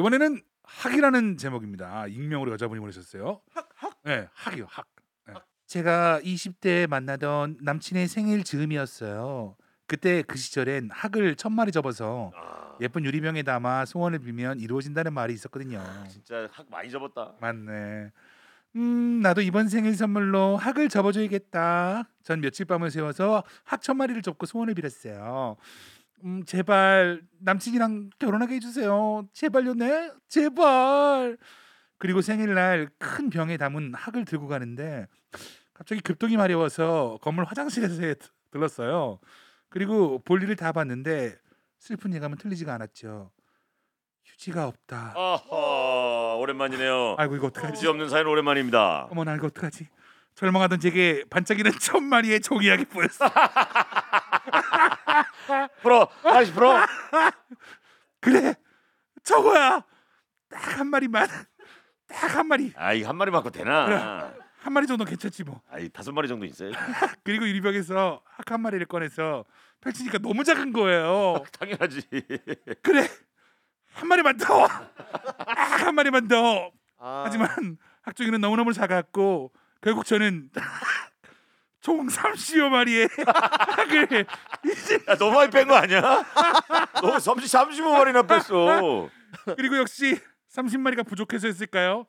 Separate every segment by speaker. Speaker 1: 이번에는 학이라는 제목입니다. 아, 익명으로 여자분이 보내셨어요. 학, 학. 네, 학이요, 학. 네. 제가 20대에 만나던 남친의 생일 즈음이었어요. 그때 그 시절엔 학을 천 마리 접어서
Speaker 2: 아,
Speaker 1: 예쁜 유리병에 담아 소원을 빌면 이루어진다는 말이 있었거든요.
Speaker 2: 진짜 학 많이 접었다.
Speaker 1: 맞네. 음, 나도 이번 생일 선물로 학을 접어줘야겠다. 전 며칠 밤을 새워서 학 천 마리를 접고 소원을 빌었어요. 음, 제발 남친이랑 결혼하게 해주세요. 제발요, 네, 제발. 그리고 생일날 큰 병에 담은 학을 들고 가는데 갑자기 급동이 마려워서 건물 화장실에서 들렀어요. 그리고 볼일을 다 봤는데 슬픈 예감은 틀리지가 않았죠. 휴지가 없다.
Speaker 2: 어. 아하 오랜만이네요.
Speaker 1: 아. 아이고 이거 어떡하지?
Speaker 2: 휴지 없는 사연 오랜만입니다.
Speaker 1: 어머 나 이거 어떡하지? 절망하던 제게 반짝이는 천 마리의 종이약이 보였어.
Speaker 2: 풀어 다시 풀어.
Speaker 1: 아. 그래, 저거야. 딱 한 마리만, 딱 한 마리,
Speaker 2: 아이 한 마리 맞고 되나?
Speaker 1: 한 마리 정도 괜찮지 뭐.
Speaker 2: 아이 다섯 마리 정도 있어요.
Speaker 1: 그리고 유리병에서 학 한 마리를 꺼내서 펼치니까 너무 작은 거예요.
Speaker 2: 당연하지.
Speaker 1: 아, 그래, 한 마리만 더, 딱 한 마리만 더.
Speaker 2: 아,
Speaker 1: 하지만 학종이는 너무너무 작았고 결국 저는 총 35마리의 학을 이제
Speaker 2: 야, 너무 많이 뺀 거 아니야? 너무 30, 35마리나 뺐어.
Speaker 1: 그리고 역시 30마리가 부족해서였을까요?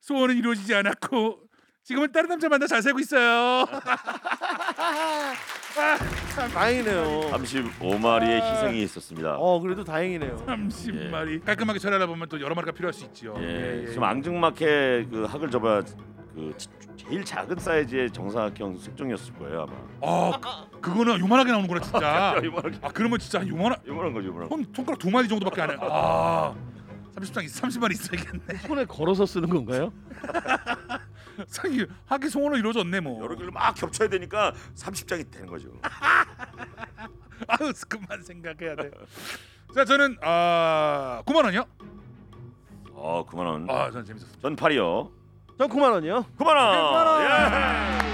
Speaker 1: 소원은 이루어지지 않았고 지금은 다른 남자 만나 잘 살고 있어요.
Speaker 2: 아,
Speaker 3: 아, 다행이네요.
Speaker 2: 35마리의
Speaker 1: 아.
Speaker 2: 희생이 있었습니다.
Speaker 3: 어 그래도 다행이네요.
Speaker 1: 30마리 깔끔하게 처리하다 보면 또 여러 마리가 필요할 수 있죠.
Speaker 2: 예, 지금 앙증맞게 그 학을 접어야 그 지- 제일 작은 사이즈의 정사각형 색종이었을 거예요 아마.
Speaker 1: 아 그, 그거는 요만하게 나오는구나 진짜.
Speaker 2: 야, 요만하게
Speaker 1: 아 그러면 진짜 요만한
Speaker 2: 요만한 거죠 요만한 거.
Speaker 1: 손 손가락 두 마리 정도밖에 안 해. 아 30장 30마리 있어야겠네.
Speaker 3: 손에 걸어서 쓰는 건가요?
Speaker 1: 상이 하기 소원은 이루어졌네 뭐.
Speaker 2: 여러 개를 막 겹쳐야 되니까 30장이 되는 거죠.
Speaker 1: 아우 그만 생각해야 돼. 자 저는 아 9만 원이요.
Speaker 2: 어 9만 원.
Speaker 1: 아전 재밌었어.
Speaker 2: 전 8이요.
Speaker 3: 전 9만 원이요.
Speaker 2: 9만 원.
Speaker 1: 9만 원.
Speaker 2: 예.